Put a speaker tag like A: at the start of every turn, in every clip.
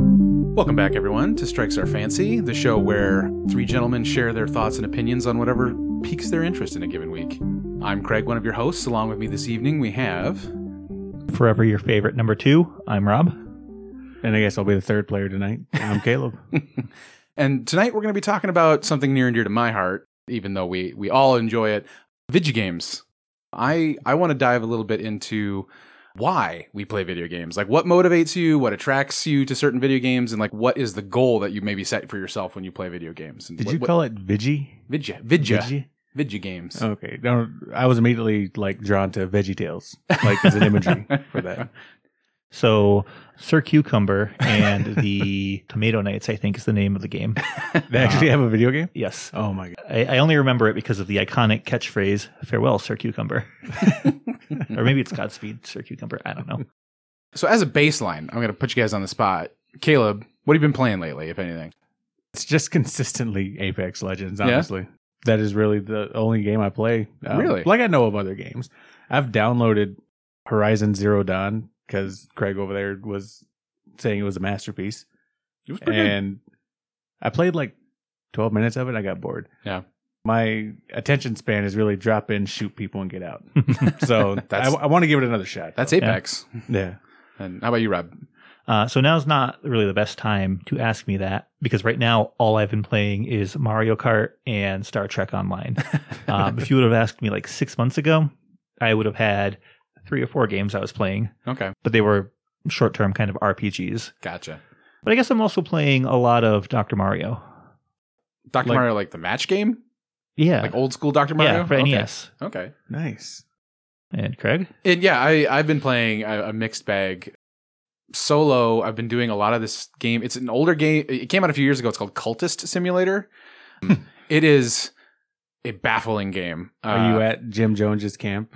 A: Welcome back, everyone, to Strikes Our Fancy, the show where three gentlemen share their thoughts and opinions on whatever piques their interest in a given week. I'm Craig, one of your hosts. Along with me this evening, we have.
B: Forever your favorite number two. I'm Rob.
C: And I guess I'll be the third player tonight. I'm Caleb.
A: and tonight we're going to be talking about something near and dear to my heart, even though we, we all enjoy it video games. I, I want to dive a little bit into why we play video games. Like what motivates you, what attracts you to certain video games, and like what is the goal that you maybe set for yourself when you play video games. And
C: Did
A: what,
C: you
A: what-
C: call Oh, it Vigi?
A: Vidya, Vidya, Vidya games.
C: Okay. No, I was immediately like drawn to Veggie Tales, like as an imagery for that.
B: So, Sir Cucumber and the Tomato Knights, I think, is the name of the game.
C: They actually have a video game.
B: Yes.
C: Uh-huh. Oh my god!
B: I, I only remember it because of the iconic catchphrase, Farewell, Sir Cucumber. or maybe it's Godspeed, Sir Cucumber. I don't know.
A: So as a baseline, I'm gonna put you guys on the spot. Caleb, what have you been playing lately, if anything?
C: It's just consistently Apex Legends.
A: Yeah?
C: Honestly, that is really the only game I play. Um,
A: Really?
C: Like I know of other games. I've downloaded Horizon Zero Dawn because Craig over there was saying it was a masterpiece.
A: It was
B: Eh,
C: and I played like 12 minutes of it. I got bored.
A: Yeah.
C: My attention span is really drop in, shoot people, and get out. So
A: That's-
C: I, I want to give it another shot.
A: That's Apex.
C: yeah.
A: And how about you, Rob?
B: Uh, so now's not really the best time to ask me that because right now all I've been playing is Mario Kart and Star Trek Online. um, if you would have asked me like six months ago, I would have had three or four games I was playing,
A: Okay,
B: but they were short term kind of RPGs.
A: gotcha.
B: But I guess I'm also playing a lot of Dr. Mario.
A: Doctor
C: Like-
A: Mario, like the match game,
B: Yeah.
A: like old school Doctor Mario.
B: yeah, for E
A: okay.
B: NES.
A: Okay.
C: Nice.
B: And Craig?
A: And yeah, I I've been playing a, a mixed bag. Solo, I've been doing a lot of this game. It's an older game. It came out a few years ago. It's called Cultist Simulator.
B: Hmm.
A: it is a baffling game.
C: Are you
A: Uh,
C: at Jim Jones's camp?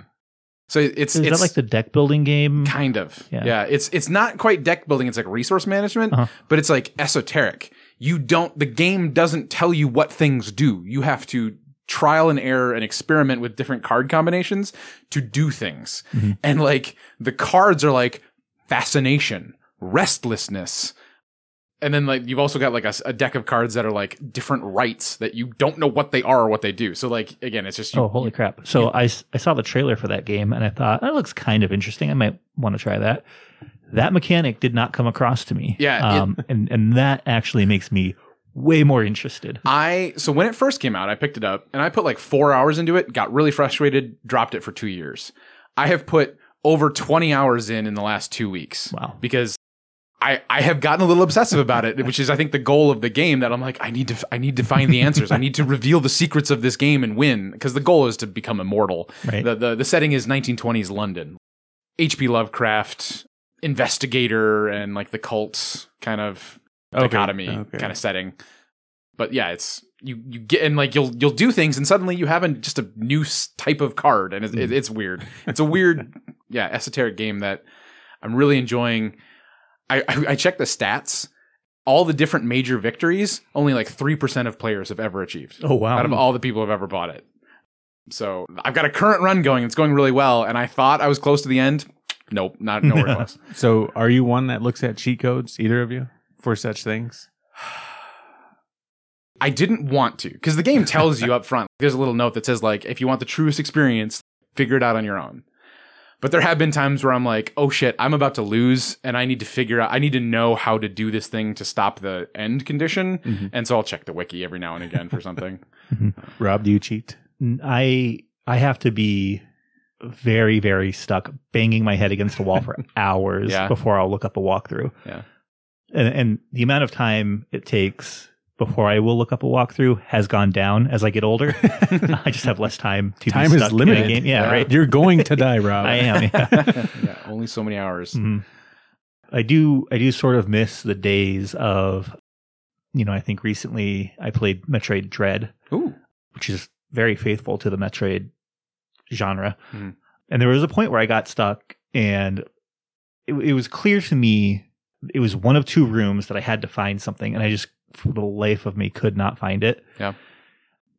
A: So it's
B: Is
A: it's
B: that like the deck building game?
A: kind of yeah.
B: Mm-hmm. Yeah.
A: it's it's not quite deck building it's like resource management
B: Uh-huh.
A: but it's like esoteric you don't the game doesn't tell you what things do you have to trial and error and experiment with different card combinations to do things
B: Mhm.
A: and like the cards are like fascination restlessness and then like you've also got like a, s- a deck of cards that are like different rights that you don't know what they are or what they do so like again it's just you,
B: Oh, holy crap. So I, s- I saw the trailer for that game and I thought, that looks kind of interesting. I might want to try that. That mechanic did not come across to me.
A: Yeah, it-
B: Um, and, and that actually makes me way more interested.
A: I so when it first came out, I picked it up and I put like four hours into it, got really frustrated, dropped it for two years. I have put over 20 hours in in the last two weeks
B: Wow.
A: because I, I have gotten a little obsessive about it, which is I think the goal of the game that I'm like I need to I need to find the answers. I need to reveal the secrets of this game and win because the goal is to become immortal.
B: Right.
A: The, the the setting is 1920s London. H.P. Lovecraft investigator and like the cult kind of
C: Okay,
A: dichotomy
C: okay.
A: kind of setting. But yeah, it's you you get and like you'll you'll do things and suddenly you have a, just a new s- type of card and it's,
C: Hmm.
A: it's weird. It's a weird yeah esoteric game that I'm really enjoying. I I, I checked the stats. All the different major victories, only like three percent of players have ever achieved
B: oh, wow.
A: out of all the people who've ever bought it. So I've got a current run going. It's going really well, and I thought I was close to the end. Nope, not nowhere close.
C: So are you one that looks at cheat codes, either of you, for such things?
A: I didn't want to because the game tells you up front. There's a little note that says like, if you want the truest experience, figure it out on your own. But there have been times where I'm like, oh shit, I'm about to lose, and I need to figure out. I need to know how to do this thing to stop the end condition.
C: Mhm.
A: And so I'll check the wiki every now and again for something.
C: Rob, do you cheat?
B: N- I I have to be very very stuck, banging my head against a wall for hours
A: Yeah.
B: before I'll look up a walkthrough.
A: Yeah.
B: and and the amount of time it takes before I will look up a walkthrough has gone down as I get older. I just have less time to
C: Time
B: be
C: is
B: stuck in a
C: limited.
B: game. Yeah,
A: Yeah.
B: right.
C: You're going to die, Rob.
B: Uh, I am. Yeah.
A: yeah, only so many hours.
B: Mhm. I do. I do sort of miss the days of, you know. I think recently I played Metroid Dread,
A: Ooh,
B: which is very faithful to the Metroid genre.
C: Hmm.
A: Mhm.
B: And there was a point where I got stuck, and it, it was clear to me it was one of two rooms that I had to find something, and I just, for the life of me, could not find it.
A: Yeah.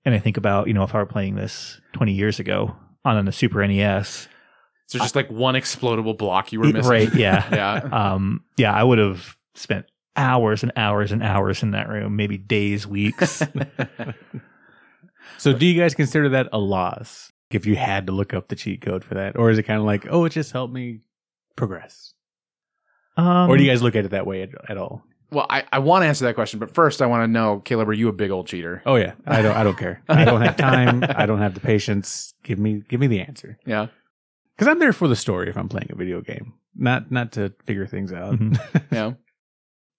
B: And I think about, you know, if I were playing this 20 years ago on a Super E NES,
A: so just like one explodable block you were missing.
B: right? Yeah.
A: Yeah.
B: um, yeah, I would have spent hours and hours and hours in that room, maybe days, weeks.
C: So do you guys consider that a loss if you had to look up the cheat code for that? Or is it kind of like, oh, it just helped me progress?
B: um,
C: or do you guys look at it that way at, at all?
A: well, I, I want to answer that question, but first I want to know, Caleb, are you a big old cheater?
C: Oh yeah, I don't. I don't care. I don't have time. I don't have the patience. Give me, give me the answer.
A: Yeah.
C: Because I'm there for the story. If I'm playing a video game, not not to figure things out.
B: Mhm.
A: Yeah.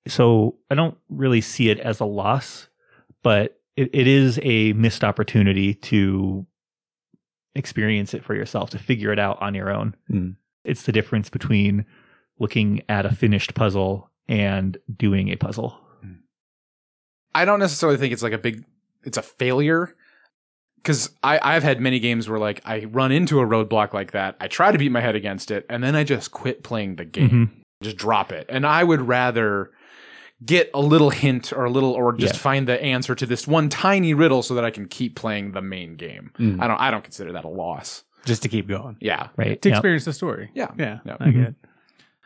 B: so I don't really see it as a loss, but it, it is a missed opportunity to experience it for yourself, to figure it out on your own.
C: Mm.
B: It's the difference between looking at a finished puzzle and doing a puzzle.
A: I don't necessarily think it's like a big it's a failure because I I've had many games where like I run into a roadblock like that. I try to beat my head against it, and then I just quit playing the game,
B: Mhm.
A: just drop it. And I would rather get a little hint or a little or just
B: Yeah.
A: find the answer to this one tiny riddle so that I can keep playing the main game.
C: Mm.
A: I don't I don't consider that a loss.
C: Just to keep going
A: Mm-hmm. Yeah.
B: Right.
C: to
B: Yeah.
C: experience the story.
A: Yeah.
C: yeah,
A: Yeah.
C: I get it.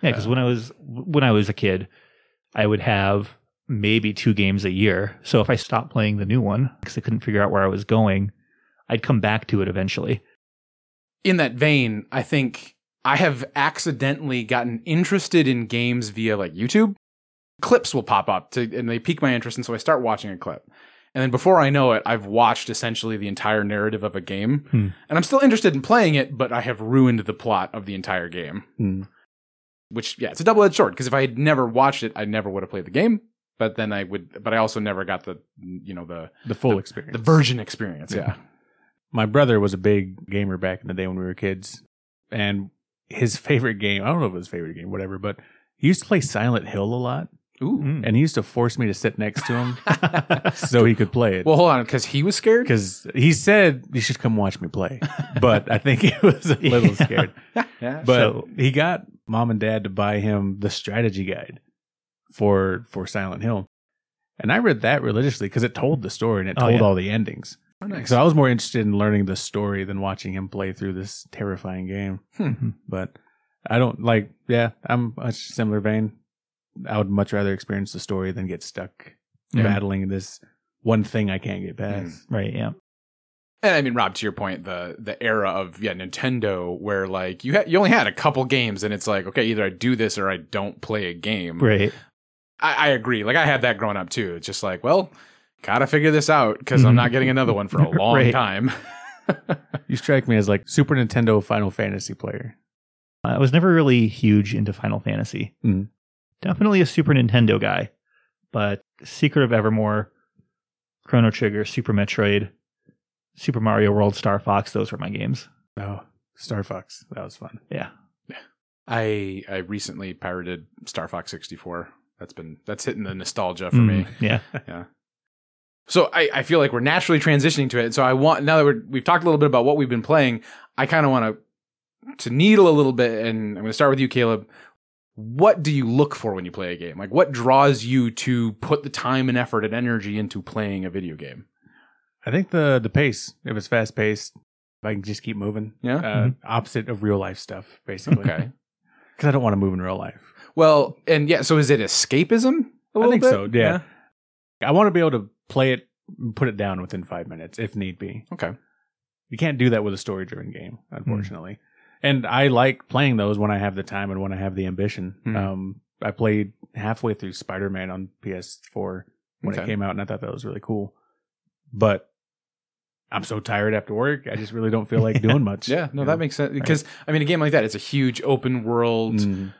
B: Yeah, because when I was when I was a kid, I would have maybe two games a year. So if I stopped playing the new one because I couldn't figure out where I was going, I'd come back to it eventually.
A: in that vein, I think I have accidentally gotten interested in games via like YouTube. Clips will pop up to, and they pique my interest, and so I start watching a clip. And then before I know it, I've watched essentially the entire narrative of a game,
B: Hmm.
A: and I'm still interested in playing it, but I have ruined the plot of the entire game.
C: Mm.
A: Which, yeah, it's a double edged sword because if I had never watched it, I never would have played the game. But then I would, but I also never got the, you know, the
C: The full experience.
A: the version experience. Yeah,
C: my brother was a big gamer back in the day when we were kids, and his favorite game. I don't know if it was his favorite game, whatever, but he used to play Silent Hill a lot,
A: ooh.
B: Mm.
C: and he used to force me to sit next to him so he could play it.
A: Well, hold on, because he was scared.
C: because he said you should come watch me play, but I think he was a little
B: Yeah.
C: scared.
A: Yeah.
C: But
B: So-
C: he got mom and dad to buy him the strategy guide for for Silent Hill, and I read that religiously because it told the story and it
B: Oh,
C: told
B: yeah.
C: all the endings.
A: Oh, nice.
C: So I was more interested in learning the story than watching him play through this terrifying game.
B: Hmm.
C: But I don't like. Yeah, I'm a similar vein. I would much rather experience the story than get stuck
B: Yeah.
C: battling this one thing I can't get past.
B: right, yeah.
A: And I mean, Rob, to your point, the the era of yeah Nintendo, where like you ha- you only had a couple games, and it's like okay, either I do this or I don't play a game.
B: Right.
A: I, I agree. Like I had that growing up too. It's just like, well, gotta figure this out because I'm not getting another one for a long
B: Mm-hmm. Right.
A: time. Hmm.
C: You strike me as like Super Nintendo Final Fantasy player.
B: I was never really huge into Final Fantasy.
C: Mhm.
B: Definitely a Super Nintendo guy, but Secret of Evermore, Chrono Trigger, Super Metroid, Super Mario World, Star Fox, those were my games.
C: Oh, Star Fox. That was fun.
B: Yeah.
A: I I recently pirated Star Fox 64. That's been that's hitting the nostalgia for
B: Mm,
A: me.
B: Yeah.
A: So I, I feel like we're naturally transitioning to it. So I want now that we're, we've talked a little bit about what we've been playing, I kind of want to to needle a little bit, and I'm going to start with you, Caleb. What do you look for when you play a game? Like, what draws you to put the time and effort and energy into playing a video game?
C: I think the the pace. If it's fast paced, if I can just keep moving.
A: Yeah? Mm-hmm.
C: Uh,
B: Mhm.
C: Opposite of real life stuff, basically.
A: Uh, Okay.
C: Because I don't want to move in real life.
A: well, and yeah, so is it escapism? A
C: I
A: little
C: think
A: bit?
C: so, yeah. I want to be able to play it, put it down within five minutes if need be.
A: Okay.
C: You can't do that with a story driven game, unfortunately.
A: Hmm.
C: And I like playing those when I have the time and when I have the ambition.
A: Hmm.
C: Um, I played halfway through Spider Man on PS4 when it
A: Okay.
C: came out, and I thought that was really cool. But I'm so tired after work, I just really don't feel like doing much.
A: Yeah. No,
C: you know?
A: that makes sense because I mean, a game like that, it's a huge open world,
C: Mm,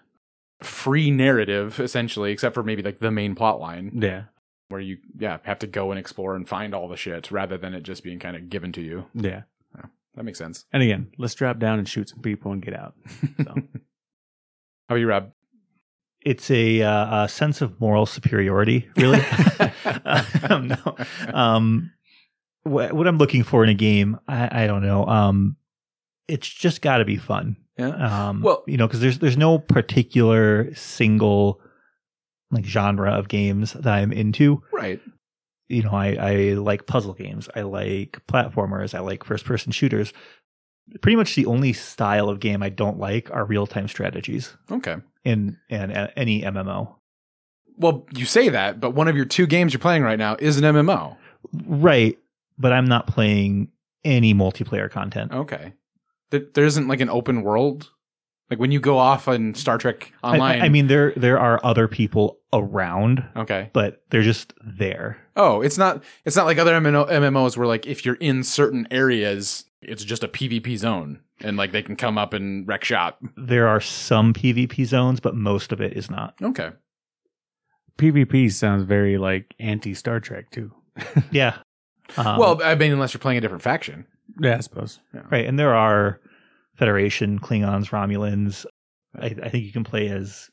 A: free narrative essentially, except for maybe like the main plot line.
C: yeah,
A: where you yeah have to go and explore and find all the shit rather than it just being kind of given to you.
C: yeah.
A: That makes sense.
C: And again, let's drop down and shoot some people and get out.
A: So. How about you, Rob?
B: It's a, uh, a sense of moral superiority, really. um, no. Um, wh- what I'm looking for in a game, I, I don't know. Um, it's just got to be fun.
A: Yeah.
B: um
A: Well-
B: well you know because there's there's no particular single like genre of games that i'm into
A: Right.
B: you know i i like puzzle games i like platformers i like first person shooters pretty much the only style of game i don't like are real-time strategies
A: Okay.
B: in and any mmo
A: Well, you say that, but one of your two games you're playing right now is an MMO.
B: Right, but I'm not playing any multiplayer content.
A: Okay. There, there isn't like an open world. Like when you go off on Star Trek
B: I-
A: Online.
B: I, I mean, there there are other people around,
A: okay.
B: but they're just there.
A: Oh, it's not. It's not like other MMO, MMOs where like if you're in certain areas, it's just a PvP zone, and like they can come up and wreck shop.
B: There are some PvP zones, but most of it is not.
A: Okay.
C: PvP sounds very like anti Star Trek too.
B: Yeah. Um,
A: well, I mean, unless you're playing a different faction.
C: Yeah, I suppose.
B: right, and there are Federation Klingons, Romulans. I, I think you can play as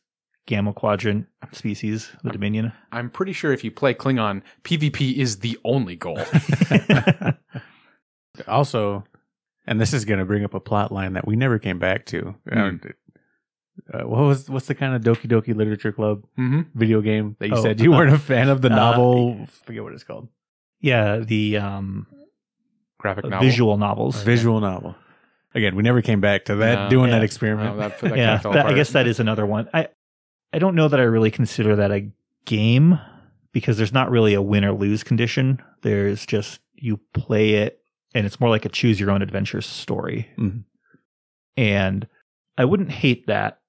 B: Gamma Quadrant species, the Dominion.
A: I'm pretty sure if you play Klingon, PvP is the only goal.
C: Also, and this is going to bring up a plot line that we never came back to.
A: Hmm.
C: Uh, what was what's the kind of Doki Doki Literature Club
A: mm-hmm.
C: video game that you
B: Oh.
C: said you weren't a fan of the
B: Uh,
C: novel? forget what it's called.
B: yeah, the um,
A: Graphic novel.
B: visual novels.
C: Visual novel. Again, we never came back to that.
A: No.
C: doing
B: Yeah.
C: that
A: Oh,
C: experiment.
A: that, that
B: yeah,
A: kinda fell
B: that- I
A: apart.
B: guess that is another one. I I don't know that I really consider that a game because there's not really a win or lose condition. There's just you play it, and it's more like a choose your own adventure story.
A: Mm-hmm.
C: Mhm.
B: And I wouldn't hate that.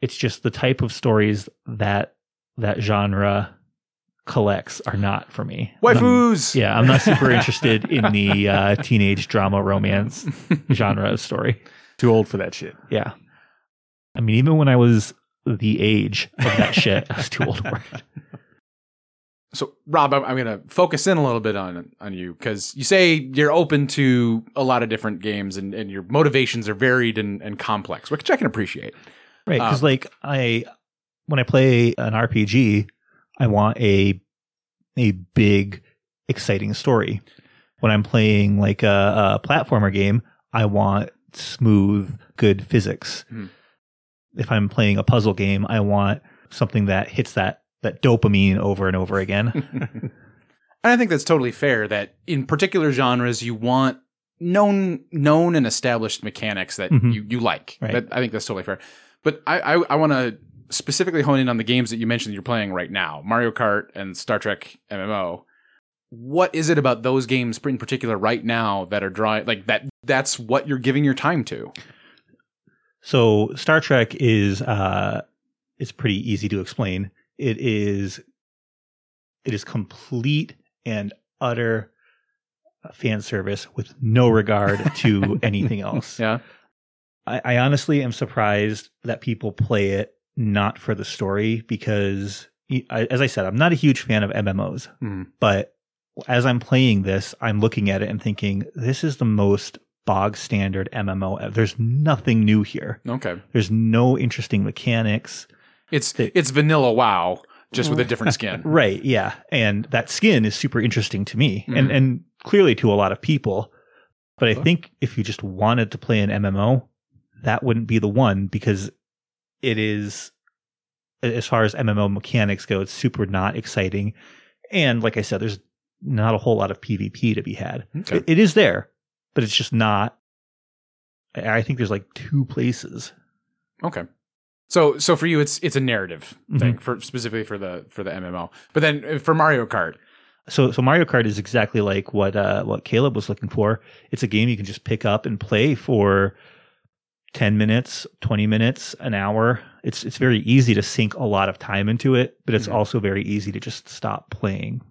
B: It's just the type of stories that that genre collects are not for me.
A: waifus.
B: Yeah, I'm not super interested in the uh, teenage drama romance genre of story.
C: Too old for that shit.
B: Yeah. I mean, even when I was the age of that shit, I was too old for it.
A: so rob i'm, I'm going to focus in a little bit on on you because you say you're open to a lot of different games and, and your motivations are varied and, and complex which i can appreciate
B: Right. Because,
A: Um,
B: like, I, when I play an RPG, I want a, a big, exciting story. When I'm playing like a, a platformer game, I want smooth, good physics.
A: Hmm.
B: If I'm playing a puzzle game, I want something that hits that, that dopamine over and over again.
A: and i think that's totally fair that in particular genres you want known known and established mechanics that
B: Mhm.
A: you, you like
B: Right.
A: That- i think that's totally fair but i i, I want to specifically hone in on the games that you mentioned you're playing right now mario kart and star trek mmo what is it about those games in particular right now that are drawing like that that's what you're giving your time to
B: So Star Trek is uh it's pretty easy to explain. It is it is complete and utter uh, fan service with no regard to anything else.
A: Yeah.
B: I, I honestly am surprised that people play it not for the story because y- I- as I said, I'm not a huge fan of MMOs,
A: Mhm.
B: but as I'm playing this, I'm looking at it and thinking, this is the most bog standard MMO. ev- There's nothing new here.
A: okay
B: There's no interesting mechanics.
A: it's
B: They-
A: it's vanilla wow just with a different skin
B: Right, yeah. Mm. And that skin is super interesting to me and,
A: Mhm.
B: and clearly to a lot of people. But I
A: Sure.
B: think if you just wanted to play an MMO, that wouldn't be the one because it is a- as far as MMO mechanics go, it's super not exciting. And like I said, there's not a whole lot of PvP to be had.
A: Okay.
B: It- it is there, but it's just not I I think there's like two places.
A: Okay. So so for you it's it's a narrative
B: Mm-hmm.
A: thing for specifically for the for the MMO. But then uh, for Mario Kart.
B: So so Mario Kart is exactly like what uh, what Caleb was looking for. It's a game you can just pick up and play for ten minutes, twenty minutes, an hour. It's it's very easy to sink a lot of time into it, but it's
A: Mhm.
B: also very easy to just stop playing.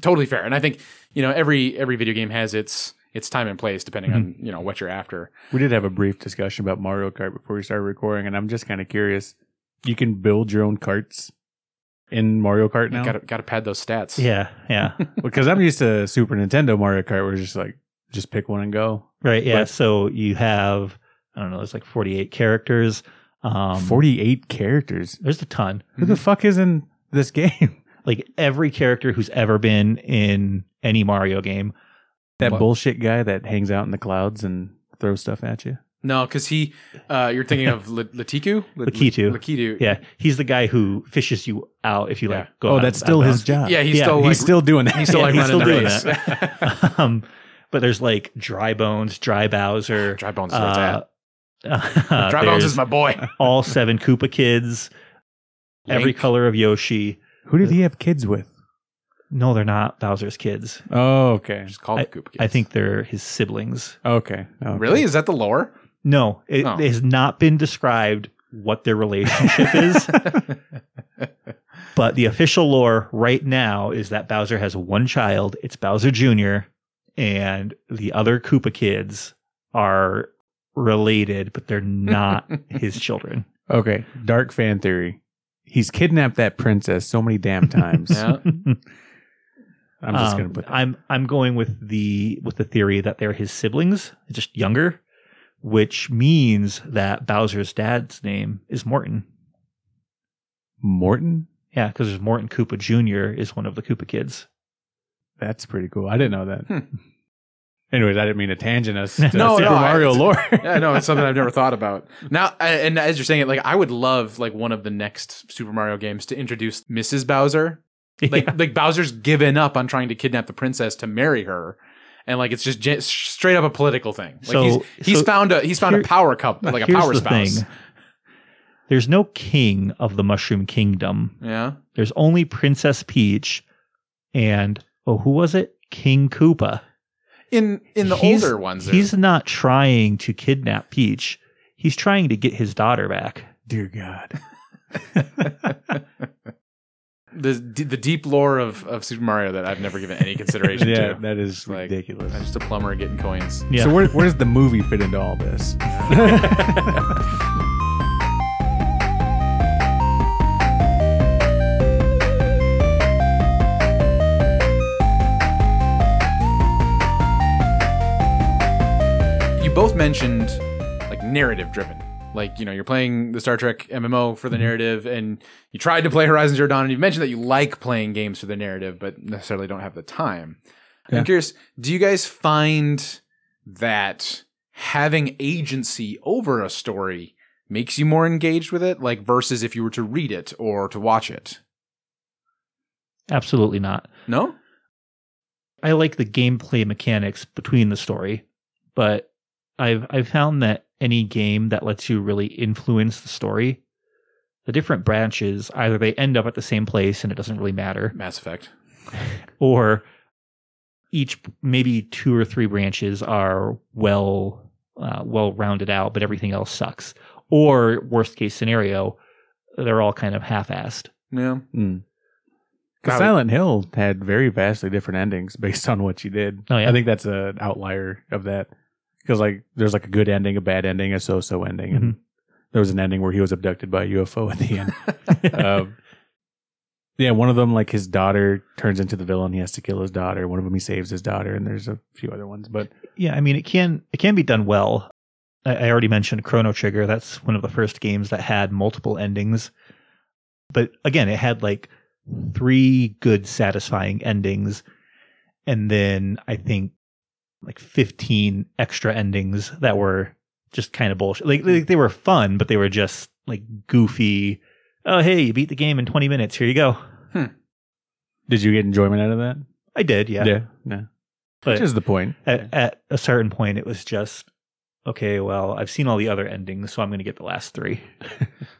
A: Totally fair. And I think, you know, every every video game has its its time and place depending on,
B: Mm-hmm.
A: you know, what you're after.
C: We did have a brief discussion about Mario Kart before we started recording, and I'm just kind of curious. You can build your own carts in Mario Kart now
A: Got to got to pad those stats.
B: Yeah, yeah,
C: because I'm used to Super Nintendo Mario Kart, where it's just like just pick one and go.
B: right. Yeah.
C: But-
B: so you have I don't know, it's like forty eight characters. Um,
C: 48 characters.
B: There's a ton.
C: Who the fuck is in this game?
B: Like every character who's ever been in any Mario game.
C: That
A: What?
C: bullshit guy that hangs out in the clouds and throws stuff at you.
A: No, cuz he uh you're thinking of L- Latiku? L-
B: Lakitu.
A: Lakitu.
B: Yeah, he's the guy who fishes you out if you like
A: Yeah.
B: go.
C: oh,
B: out-
C: that's
B: out of
C: still
B: bounds.
C: his job.
A: Yeah, he's
B: Yeah,
A: still
C: he's
A: like
C: still doing that.
A: he's still
B: yeah,
A: like
B: he's
A: running
B: still
A: the
B: doing
A: race.
B: um, but there's like dry bones, dry Bowser.
A: Dry Bones is where it's
B: Uh,
A: at. Dry Bones is my boy.
B: all seven Koopa kids, every
A: Link.
B: color of Yoshi.
C: Who did he have kids with?
B: No, they're not Bowser's kids.
C: Oh, okay.
A: Just called the Koopa Kids.
B: I think they're his siblings.
C: Okay. okay.
A: Really? Is that the lore?
B: No, it,
A: Oh.
B: it has not been described what their relationship is, but the official lore right now is that Bowser has one child. It's Bowser Jr., and the other Koopa kids are related, but they're not his children.
C: Okay. Dark fan theory. He's kidnapped that princess so many damn times.
A: Yeah.
C: I'm Uh, just
B: Um,
C: gonna put. That.
B: I'm I'm going with the with the theory that they're his siblings, just younger, which means that Bowser's dad's name is Morton.
C: Morton.
B: Yeah, because there's Morton Koopa Jr. is one of the Koopa kids.
C: That's pretty cool. I didn't know that.
A: Hmm.
C: Anyways, I didn't mean to tangent us to
A: No,
C: Super
A: no, I-
C: Mario lore.
A: yeah, no, it's something I've never thought about. Now, I- and as you're saying it, like I would love like one of the next Super Mario games to introduce Mrs. Bowser. Like
B: Yeah.
A: like Bowser's given up on trying to kidnap the princess to marry her, and like it's just gen- straight up a political thing. Like
B: So-
A: he's he's
B: so
A: found a he's found
B: here- uh,
A: a power couple, like a
B: Here's
A: power
B: the
A: spouse.
B: thing. There's no king of the Mushroom Kingdom.
A: Yeah,
B: There's only Princess Peach, and oh, who was it? King Koopa.
A: in in the
B: He's-
A: older ones, there-
B: He's not trying to kidnap Peach. He's trying to get his daughter back.
C: Dear God.
A: the the deep lore of of Super Mario that I've never given any consideration
C: yeah,
A: to.
C: that is
A: Like,
C: ridiculous.
A: I'm just a plumber getting coins.
B: Yeah.
C: So where, where does the movie fit into all this?
A: you both mentioned like narrative driven like you know you're playing the star trek mmo for the narrative and you tried to play horizon zero dawn and you mentioned that you like playing games for the narrative but necessarily don't have the time
C: Yeah.
A: i'm curious do you guys find that having agency over a story makes you more engaged with it like versus if you were to read it or to watch it
B: Absolutely not.
A: no
B: I like the gameplay mechanics between the story, but I've I've found that any game that lets you really influence the story, the different branches either they end up at the same place and it doesn't really matter,
A: mass effect
B: or each maybe two or three branches are well uh, well rounded out, but everything else sucks. Or worst case scenario, they're all kind of half assed.
A: yeah
C: Because
A: Probably-
C: Silent Hill had very vastly different endings based on what you did.
B: Oh, yeah?
C: I think that's an outlier of that. Because like, there's like a good ending, a bad ending, a so-so ending, and there was an ending where he was abducted by a UFO at the end. um, yeah, one of them, like his daughter, turns into the villain. He has to kill his daughter. One of them, he saves his daughter, and there's a few other ones. But
B: Yeah, I mean it can it can be done well. I, I already mentioned Chrono Trigger. That's one of the first games that had multiple endings. But again, it had like three good satisfying endings and then I think like 15 extra endings that were just kind of bullshit. Like, like they were fun, but they were just like goofy. Oh, hey, you beat the game in 20 minutes. Here you go.
C: did you get enjoyment out of that?
B: I did, yeah.
C: yeah, yeah.
B: But-
C: Which is the point.
B: at, at a certain point it was just okay well i've seen all the other endings so i'm going to get the last three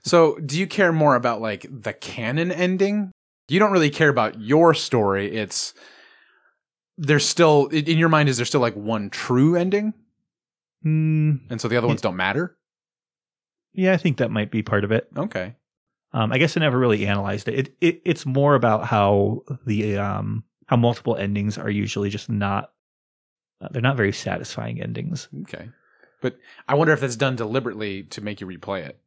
A: So, do you care more about like the canon ending? You don't really care about your story. It's there's still i- in your mind is there still like one true ending,
B: Hmm,
A: and so the other ones don't matter.
B: yeah i think that might be part of it
A: Okay,
B: um, i guess i never really analyzed it. It, it it's more about how the um, how multiple endings are usually just not uh, they're not very satisfying endings
A: okay. But I wonder if that's done deliberately to make you replay it.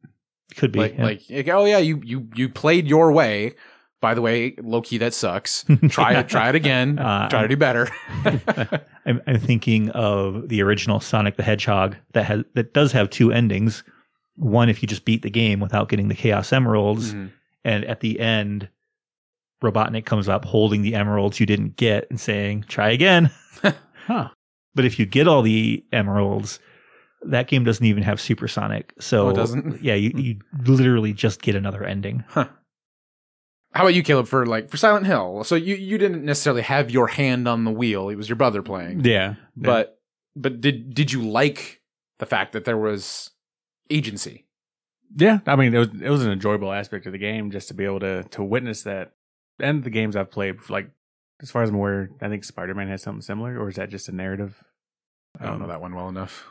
B: could be
A: Like,
B: yeah.
A: like, like, oh yeah, you you you played your way. By the way, Loki, that sucks. Try it, try it again.
B: Uh,
A: try to do better.
B: I'm, I'm thinking of the original Sonic the Hedgehog that has that does have two endings. One, if you just beat the game without getting the Chaos Emeralds,
A: Mhm.
B: And at the end, Robotnik comes up holding the emeralds you didn't get and saying, try again.
C: Huh.
B: But if you get all the emeralds, that game doesn't even have supersonic. So
A: Oh, it doesn't?
B: Yeah, you, you literally just get another ending.
A: How about you, Caleb? For like for Silent Hill, so you you didn't necessarily have your hand on the wheel. It was your brother playing.
C: Yeah,
A: but but did did you like the fact that there was agency
C: yeah, I mean, it was it was an enjoyable aspect of the game just to be able to to witness that. and the games I've played, like as far as I'm aware, I think Spider Man has something similar, or is that just a narrative?
A: I don't know that one well enough.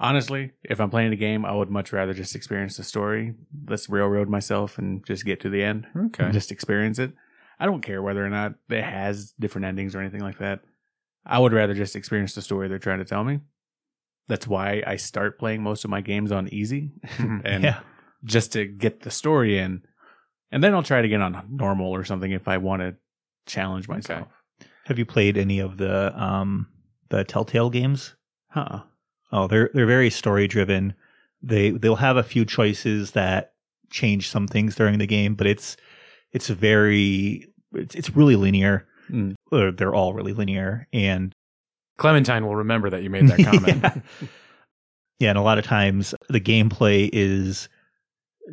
C: Honestly, if I'm playing a game, I would much rather just experience the story. Let's railroad myself and just get to the end.
A: Okay.
C: and just experience it. I don't care whether or not it has different endings or anything like that. I would rather just experience the story they're trying to tell me. That's why I start playing most of my games on easy and
B: yeah.
C: just to get the story in. And then I'll try to get on normal or something if I want to challenge myself.
B: Have you played any of the um the Telltale games?
C: Huh.
B: Oh, they're they're very story driven. They they'll have a few choices that change some things during the game, but it's it's very it's, it's really linear.
C: Mm.
B: Or they're all really linear, and
A: Clementine will remember that you made that comment.
B: yeah. Yeah, and a lot of times the gameplay is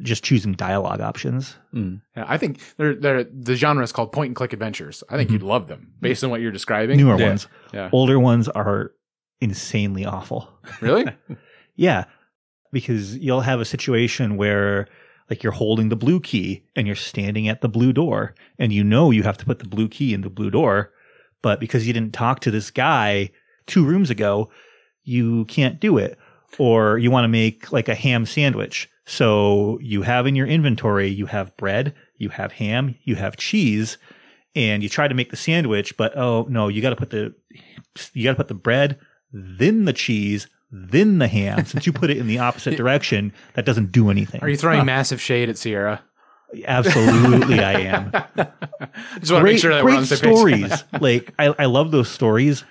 B: just choosing dialogue options.
C: Hmm.
A: Yeah, I think they're, they're, the genre is called point and click adventures. I think
B: Mhm.
A: you'd love them based on what you're describing.
B: Newer
A: Yeah.
B: ones,
A: Yeah.
B: older ones are insanely awful.
A: Really?
B: Yeah, because you'll have a situation where like you're holding the blue key and you're standing at the blue door and you know you have to put the blue key in the blue door, but because you didn't talk to this guy 2 rooms ago, you can't do it. Or you want to make like a ham sandwich. So you have in your inventory, you have bread, you have ham, you have cheese, and you try to make the sandwich, but oh no, you got to put the you got to put the bread, then the cheese, then the ham. Since you put it in the opposite direction, that doesn't do anything.
A: Are you throwing massive shade at Sierra?
B: Absolutely, I am.
A: Just want to make sure that we're on the same page.
B: stories. like I, I love those stories,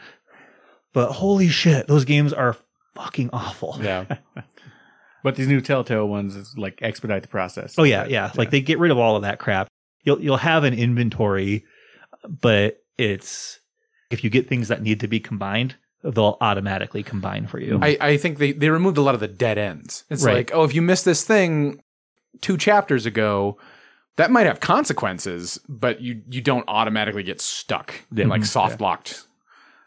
B: but holy shit, those games are fucking awful.
A: Yeah.
C: But these new Telltale ones is like expedite the process.
B: Oh yeah, yeah. Like they get rid of all of that crap. You'll you'll have an inventory, but it's if you get things that need to be combined, they'll automatically combine for you.
A: I, I think they, they removed a lot of the dead ends. It's
B: Right.
A: like, oh, if you missed this thing two chapters ago, that might have consequences, but you you don't automatically get stuck
C: Yeah.
A: and like
B: Mhm.
A: soft locked.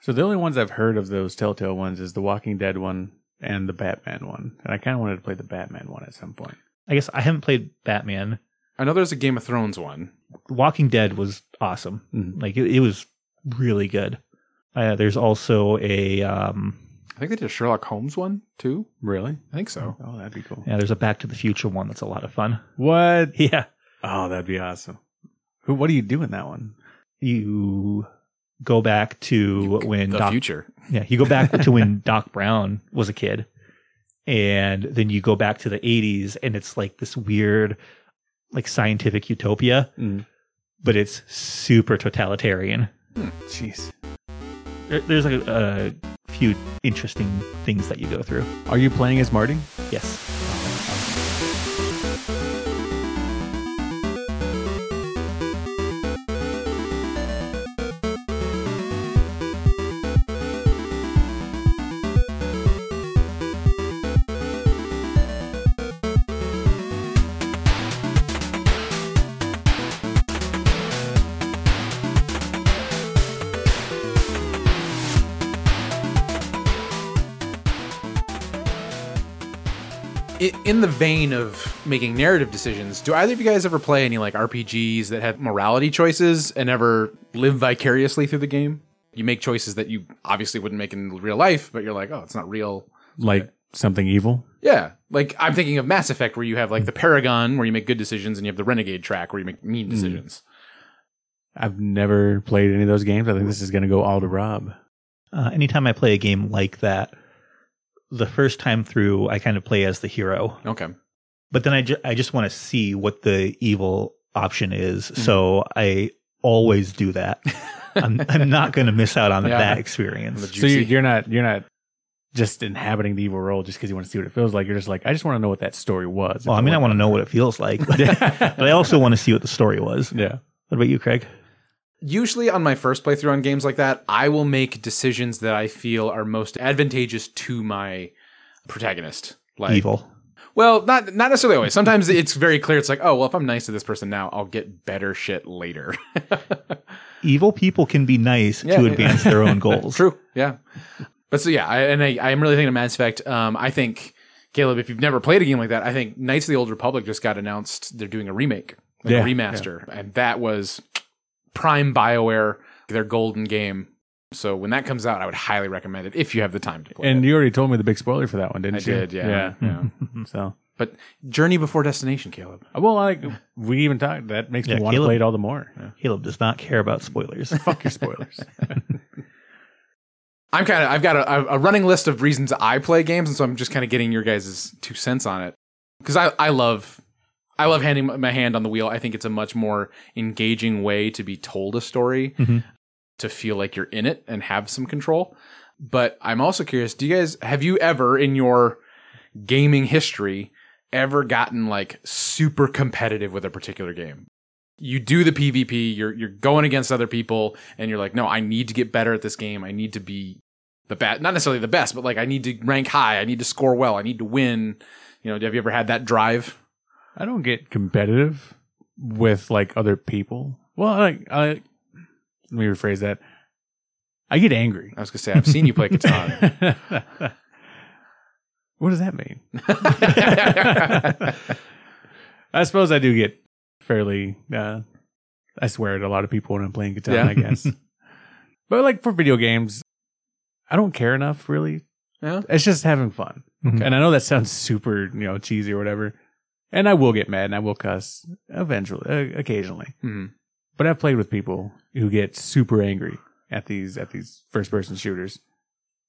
C: So the only ones I've heard of those Telltale ones is the Walking Dead one and the Batman one. And I kind of wanted to play the Batman one at some point.
B: I guess I haven't played Batman.
A: I know there's a Game of Thrones one.
B: Walking Dead was awesome.
A: Mm-hmm.
C: Mhm.
B: Like it, it was really good. Uh, there's also a um,
A: I think they did a Sherlock Holmes one too.
C: Really?
A: I think so.
C: Oh, that'd be cool.
B: yeah, there's a Back to the Future one that's a lot of fun.
C: What?
B: Yeah,
C: Oh, that'd be awesome. Who? What do you do in that one?
B: you go back to when
A: the
B: Doc
A: future.
B: Yeah, you go back to when Doc Brown was a kid, and then you go back to the '80s, and it's like this weird, like scientific utopia,
C: Mm.
B: but it's super totalitarian.
C: Jeez.
B: There, there's like a, a few interesting things that you go through.
C: Are you playing as Marty?
B: Yes,
A: I- in the vein of making narrative decisions, do either of you guys ever play any like RPGs that have morality choices and ever live vicariously through the game? You make choices that you obviously wouldn't make in real life, but you're like, oh, it's not real.
C: Like something evil?
A: Yeah, like I'm thinking of Mass Effect, where you have like the Paragon, where you make good decisions, and you have the Renegade track, where you make mean decisions.
C: I've never played any of those games. I think this is going to go all to Rob.
B: uh, anytime I play a game like that, the first time through, I kind of play as the hero,
A: Okay,
B: but then I ju- I just want to see what the evil option is,
A: Mm-hmm.
B: so I always do that. I'm, I'm not going to miss out on
A: Yeah.
B: that experience.
A: Legit.
C: So you,
A: Juicy.
C: you're not you're not just inhabiting the evil role just because you want to see what it feels like. You're just like I just want to know what that story was.
B: Well, I mean, I want to know what it feels like, but, I also want to see what the story was. What
C: yeah.
B: about you, Craig?
A: usually on my first playthrough on games like that, I will make decisions that I feel are most advantageous to my protagonist. Like,
B: Evil.
A: Well, not not necessarily always. Sometimes it's very clear. It's like, oh, well, if I'm nice to this person now, I'll get better shit later.
B: Evil people can be nice
A: Yeah,
B: to
A: yeah.
B: advance their own goals.
A: True. Yeah. But so yeah, I, and I, I'm really thinking of Mass Effect. Um, I think Caleb, if you've never played a game like that, I think Knights of the Old Republic just got announced. They're doing a remake like
C: Yeah,
A: a remaster, and that was prime Bioware their golden game. So when that comes out, I would highly recommend it if you have the time to play.
C: And
A: it.
C: you already told me the big spoiler for that one,
A: I
C: didn't you?
A: did, yeah.
C: Yeah. Mm-hmm.
A: yeah.
B: Hmm.
C: So, uh,
A: Journey Before Destination, Caleb.
C: well, like we even talked. That makes
B: Yeah,
C: me want to
B: Caleb-
C: play it all the more.
B: Caleb does not care about spoilers.
C: Fuck your spoilers.
A: I'm kind of I've got a, a running list of reasons I play games, and so I'm just kind of getting your guys' two cents on it because I I love I love handing my- my hand on the wheel. I think it's a much more engaging way to be told a story,
B: Mhm.
A: to feel like you're in it and have some control. But I'm also curious: Do you guys have you ever in your gaming history ever gotten like super competitive with a particular game? you do the PvP, you're you're going against other people, and you're like, no, I need to get better at this game. I need to be the best, not necessarily the best, but like I need to rank high. I need to score well. I need to win. You know, have you ever had that drive?
C: I don't get competitive with like other people. Well, I, I let me rephrase that. I get angry.
A: I was gonna say I've seen you play Catan.
C: what does that mean? I suppose I do get fairly. Uh, I swear at a lot of people when I'm playing Catan,
A: Yeah.
C: I guess. but like for video games, I don't care enough really.
A: Yeah. Mm.
C: It's just having fun,
B: Okay.
C: and I know that sounds super, you know, cheesy or whatever. And I will get mad, and I will cuss eventually, uh, occasionally.
A: hmm
C: But I've played with people who get super angry at these at these first person shooters.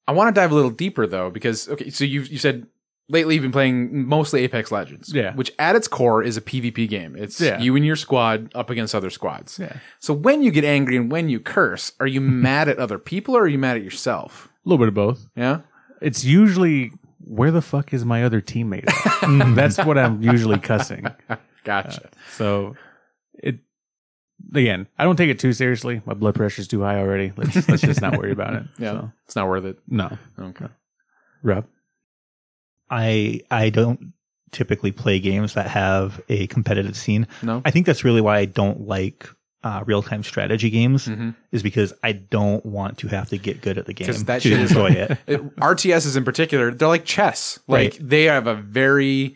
A: I want to dive a little deeper though, because okay, so you you said lately you've been playing mostly Apex Legends,
C: Yeah.
A: which at its core is a PvP game. It's
C: Yeah.
A: you and your squad up against other squads.
C: Yeah, a
A: So when you get angry and when you curse, are you mad at other people or are you mad at yourself?
C: little bit of both.
A: Yeah.
C: It's usually where the fuck is my other teammate?
B: Mm-hmm.
C: That's what I'm usually cussing.
A: Gotcha.
C: Uh, So it again, I don't take it too seriously. My blood pressure's too high already. Let's let's just not worry about it.
A: Yeah.
C: So, Uh,
A: It's not worth it.
C: no,
A: Okay.
C: Rob.
B: I I don't typically play games that have a competitive scene.
A: No.
B: I think that's really why I don't like uh, real time strategy games
A: Mhm.
B: is because I don't want to have to get good at the game
A: 'Cause that
B: to
A: shit is-
B: enjoy it.
A: It- RTSs in particular, they're like chess. Like they have a very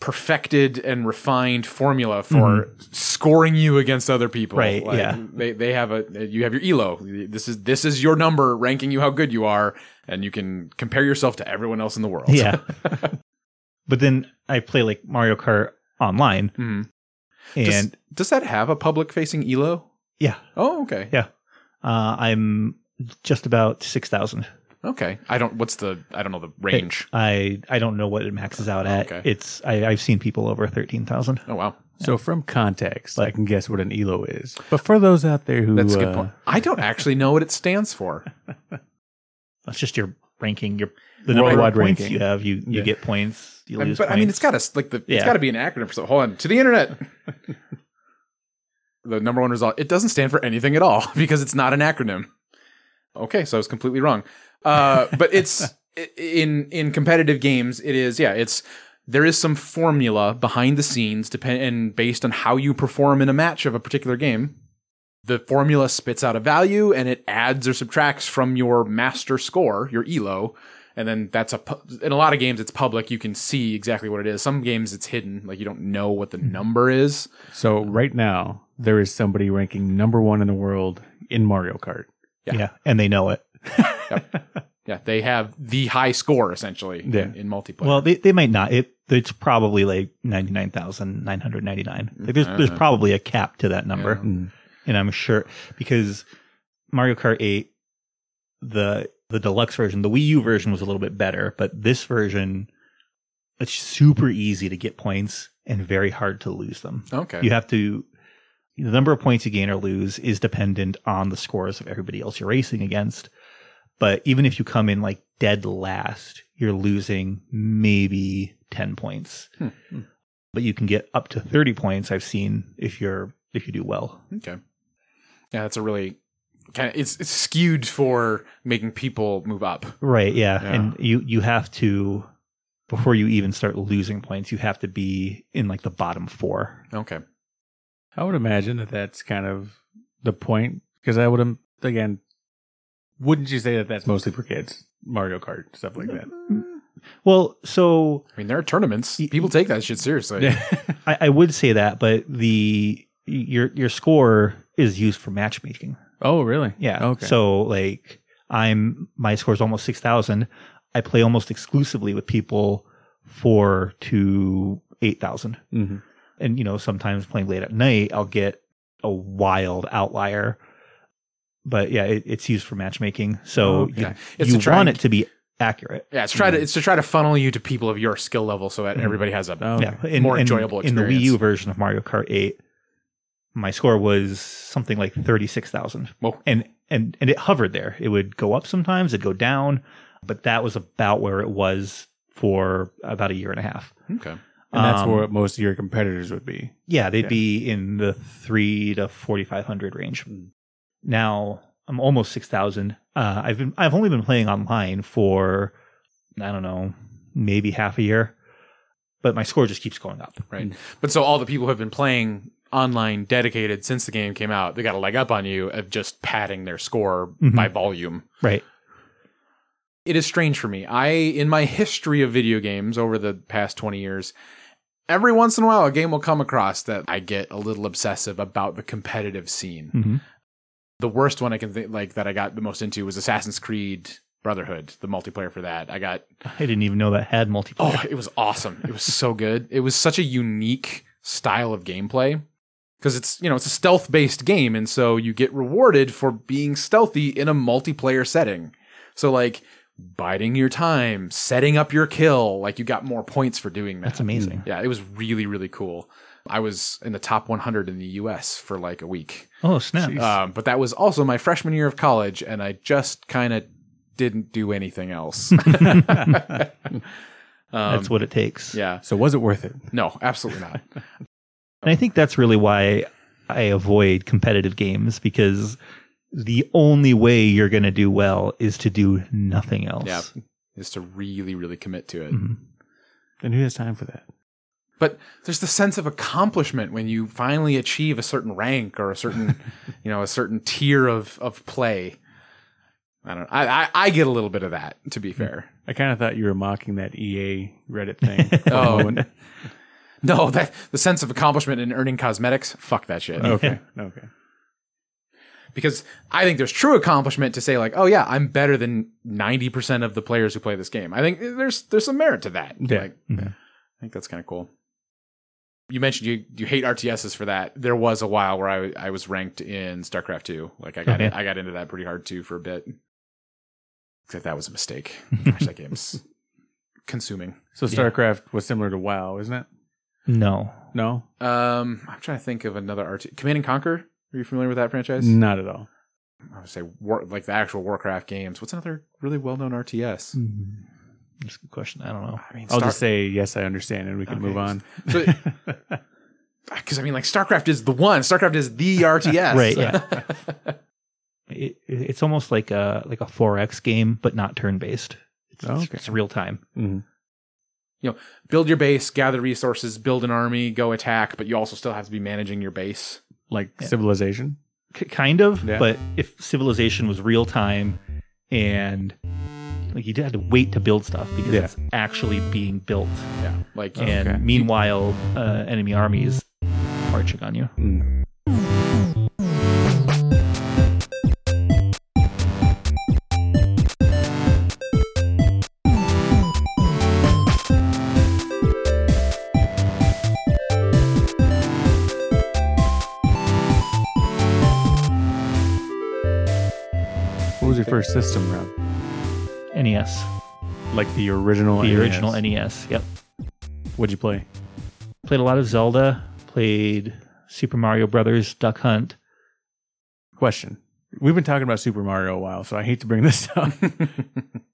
A: perfected and refined formula for scoring you against other people.
B: Mm-hmm. Right,
A: Like,
B: yeah.
A: They they have a you have your elo. This is this is your number ranking you how good you are and you can compare yourself to everyone else in the world.
B: Yeah. but then I play like Mario Kart online
A: Mhm.
B: and
A: Does- does that have a public facing elo?
B: Yeah.
A: Oh, okay.
B: Yeah. uh, I'm just about 6,000.
A: Okay. I don't what's the I don't know the range.
B: I I don't know what it maxes out at.
A: Okay.
B: It's I, I've seen people over 13,000.
A: Oh wow.
C: So from context, I can guess what an elo is. But for those out there who
A: That's a good
C: uh,
A: point. I don't actually know what it stands for.
B: That's just your ranking, your the number
C: Worldwide
B: of points
C: ranking.
B: you have. You you
C: Yeah.
B: get points. You
A: I mean,
B: lose
A: but I mean, it's got
B: points.
A: to like the it's
B: Yeah.
A: got to be an acronym for something. Hold on to the internet. the number one result. It doesn't stand for anything at all because it's not an acronym. Okay, so I was completely wrong. Uh, but it's i- in in competitive games. It is yeah. It's there is some formula behind the scenes, depend and based on how you perform in a match of a particular game. The formula spits out a value and it adds or subtracts from your master score, your elo, and then that's a pu- in a lot of games it's public you can see exactly what it is some games it's hidden like you don't know what the number is
C: So right now there is somebody ranking number one in the world in Mario Kart.
A: yeah.
B: yeah, and they know it.
A: yeah they have the high score essentially in-
C: Yeah.
A: in, multiplayer
B: Well, they, they might not. It it's probably like 99,999. Like there's there's
A: Uh-huh.
B: probably a cap to that number.
A: Yeah.
B: and I'm sure because Mario Kart 8 the the deluxe version, the Wii U version was a little bit better, but this version it's super easy to get points and very hard to lose them.
A: okay
B: You have to the number of points you gain or lose is dependent on the scores of everybody else you're racing against. But even if you come in like dead last, you're losing maybe 10 points.
A: Hmm, hmm.
B: But you can get up to 30 points I've seen if you're if you do well.
A: okay yeah that's a really kind of it's, it's skewed for making people move up
B: Right, yeah.
A: Yeah.
B: And you you have to before you even start losing points, you have to be in like the bottom four.
A: okay
C: I would imagine that that's kind of the point because I would, im- again, wouldn't you say that that's mostly for kids? Mario Kart, stuff like that.
B: Well, so
A: I mean, there are tournaments. People take that shit seriously.
C: Yeah.
B: I, I would say that, but the your your score is used for matchmaking.
C: Oh, really?
B: Yeah.
C: Okay.
B: So like I'm my score is almost six thousand. I play almost exclusively with people four to eight thousand.
A: Mm-hmm.
C: hmm
B: And you know, sometimes playing late at night, I'll get a wild outlier. But yeah, it, it's used for matchmaking. So
C: Oh, Okay.
B: you-
A: It's
B: you,
A: to try
B: want
A: and-
B: it to be accurate.
A: Yeah, it's try to it's to try to funnel you to people of your skill level so that
B: Mhm.
A: everybody has a
C: Oh,
B: Yeah.
C: okay.
B: In,
A: More
B: in-
A: enjoyable
B: In the Wii
A: experience.
B: U version of Mario Kart 8, my score was something like 36,000.
A: Whoa.
B: And and and it hovered there. It would go up sometimes, it'd go down, but that was about where it was for about a year and a half.
A: okay.
C: And that's
B: Um,
C: where most of your competitors would be.
B: Yeah, they'd
C: Yeah.
B: be in the 3 to 4500 range. Now, I'm almost 6000. Uh I've been I've only been playing online for I don't know, maybe half a year. But my score just keeps going up.
A: But so all the people who have been playing online dedicated since the game came out, they got a leg up on you of just padding their score
B: Mhm.
A: by volume.
B: Right.
A: It is strange for me. I in my history of video games over the past 20 years, every once in a while a game will come across that I get a little obsessive about the competitive scene.
B: Mhm.
A: the worst one I can think like that I got the most into was Assassin's Creed Brotherhood, the multiplayer for that. I got
B: I didn't even know that had multiplayer.
A: oh, it was awesome. It was so good. It was such a unique style of gameplay because it's you know it's a stealth based game, and so you get rewarded for being stealthy in a multiplayer setting. So like biding your time, setting up your kill, like you got more points for doing that.
B: That's amazing.
A: Yeah, it was really really cool. I was in the top 100 in the U.S. for like a week.
B: Oh snap!
A: Um, but that was also my freshman year of college, and I just kind of didn't do anything else. Um,
B: that's what it takes.
A: Yeah.
C: So was it worth it?
A: No, absolutely not.
B: And I think that's really why I avoid competitive games because the only way you're going to do well is to do nothing else.
A: Yeah. Mm. Is to really, really commit to it.
B: Mhm.
C: And who has time for that?
A: But there's the sense of accomplishment when you finally achieve a certain rank or a certain, you know, a certain tier of of play. I don't. I I, I get a little bit of that. To be fair.
C: I kind of thought you were mocking that EA Reddit thing. for a
A: Oh
C: moment.
A: no, that the sense of accomplishment in earning cosmetics. Fuck that shit.
C: okay. Okay.
A: because I think there's true accomplishment to say like, oh yeah, I'm better than 90% of the players who play this game. I think there's there's some merit to that.
C: Yeah.
A: Like,
B: Yeah.
A: I think that's kind of cool. You mentioned you you hate RTSs for that. There was a while where I I was ranked in StarCraft 2. Like I got
B: Okay.
A: in, I got into that pretty hard too for a bit. Except that was a mistake. Gosh, that game's consuming.
C: So StarCraft was similar to WoW, isn't it?
B: No.
C: No,
A: Um, I'm trying to think of another RT Command and Conquer. Are you familiar with that franchise?
C: not at all.
A: I would say war, like the actual Warcraft games. What's another really well-known RTS?
B: Mm-hmm. That's a good question. I don't know.
A: I mean,
C: I'll just say yes, I understand, and we can
A: Okay.
C: move on.
A: because I mean, like StarCraft is the one. StarCraft is the RTS,
B: Right, It, it- it's almost like a like a 4X game, but not turn based. It's,
C: Oh,
B: it's-
C: okay.
B: it's real time.
C: Mhm.
A: build your base, gather resources, build an army, go attack, but you also still have to be managing your base.
C: Like
B: Yeah.
C: Civilization.
B: K- kind of,
C: Yeah.
B: but if civilization was real time and like you had to wait to build stuff because
C: Yeah.
B: it's actually being built,
A: Yeah, like
B: and
C: Okay.
B: meanwhile, uh, enemy armies marching on you.
C: What was your first system, Rob?
B: NES,
C: Like the original.
B: E the
C: NES.
B: original E NES. Yep,
C: What'd you play?
B: played a lot of Zelda. Played Super Mario Brothers, Duck Hunt.
C: Question. We've been talking about Super Mario a while, so I hate to bring this up.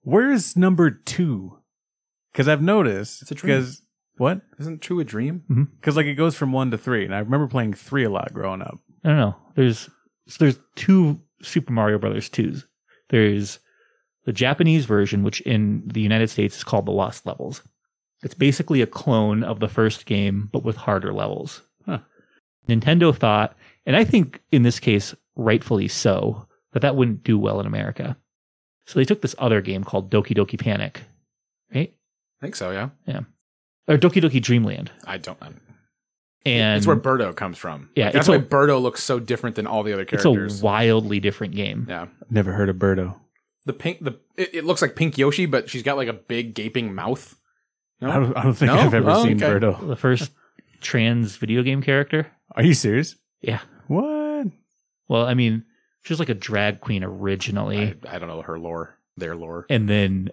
C: Where is number two? Because I've noticed.
A: It's a dream.
C: 'cause- What?
A: Isn't true a dream?
C: Because like it goes from one to three, and I remember playing three a lot growing up.
B: I don't know. There's so there's two Super Mario Brothers twos. There's the Japanese version, which in the United States is called the Lost Levels. It's basically a clone of the first game, but with harder levels.
C: Huh.
B: Nintendo thought, and I think in this case, rightfully so, that that wouldn't do well in America. So they took this other game called Doki Doki Panic, right?
A: I think so. Yeah,
B: or Doki Doki Dreamland.
A: I don't. I,
B: And
A: it's where Birdo comes from.
B: Yeah,
A: Like, that's
B: it's
A: why
B: a-
A: Birdo looks so different than all the other
B: it's a
A: characters.
B: wildly different game.
A: yeah,
C: Never heard of Birdo.
A: the pink. The it, it looks like Pink Yoshi, but she's got like a big gaping mouth. No?
C: I, don't, I don't think
A: No?
C: I've ever
A: Oh,
C: seen
A: okay.
C: Birdo.
B: The first trans video game character.
C: Are you serious?
B: Yeah.
C: What?
B: Well, I mean, she was like a drag queen originally,
A: I, I don't know her lore. Their lore.
B: and then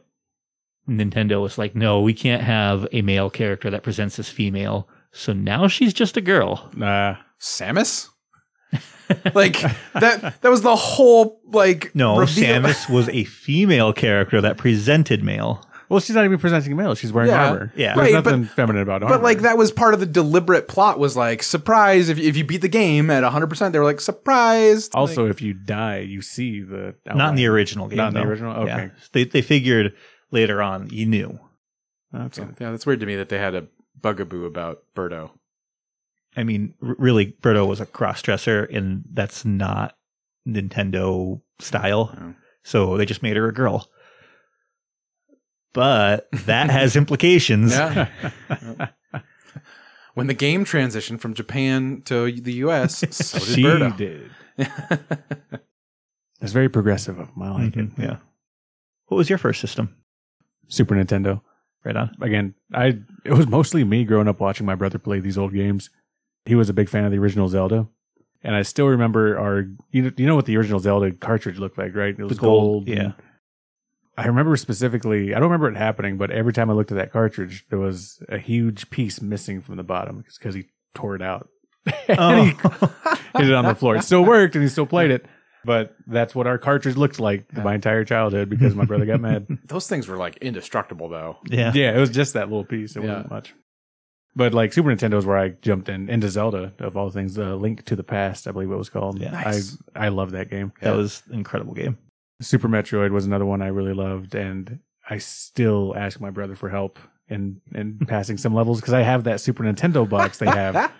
B: Nintendo was like, "No, we can't have a male character that presents as female." So now she's just a girl.
C: Nah.
A: Samus. like that. That was the whole like
B: No,
A: reveal-
B: Samus was a female character that presented male.
C: Well, she's not even presenting male. She's wearing
A: Yeah.
C: armor.
B: Yeah.
C: There's
A: Right, but-
C: nothing feminine about armor.
A: But like that was part of the deliberate plot was like surprise if if you beat the game at 100% they were like surprise
C: Also, if you die, you see the
B: Not
C: outline.
B: in the original game.
C: Oh, Not in the
B: though.
C: original? Okay.
B: They they figured later on you knew.
C: Okay.
A: So, yeah, that's weird to me that they had a bugaboo about Birdo.
B: I mean, r- really, Birdo was a cross-dresser, and that's not Nintendo style.
A: Oh.
B: So they just made her a girl. But that has implications.
A: Yeah. when the game transitioned from Japan to the US, so did
C: she
A: Birdo.
C: did. It's very progressive of my like
B: Mhm,
C: it.
B: yeah. What was your first system? Mm-hmm.
C: Super Nintendo.
B: Right on.
C: Again, I it was mostly me growing up watching my brother play these old games. He was a big fan of the original Zelda. And I still remember our you know, you know what the original Zelda cartridge looked like, right? It was
B: gold,
C: gold. and-
B: yeah.
C: I remember specifically, I don't remember it happening, but every time I looked at that cartridge, there was a huge piece missing from the bottom because he tore it out. And he
B: Oh.
C: hit it on the floor. It still worked, and he still played it. But that's what our cartridge looked like my entire childhood because my brother got mad.
A: Those things were like indestructible though.
B: yeah.
C: Yeah, it was just that little piece. It wasn't much. But like Super Nintendo is where I jumped in into Zelda of all things. The Link to the Past, I believe it was called.
B: Yeah.
A: Nice.
C: I I love that game.
B: That was an incredible game.
C: Super Metroid was another one I really loved, and I still ask my brother for help in in passing some levels because I have that Super Nintendo box they have.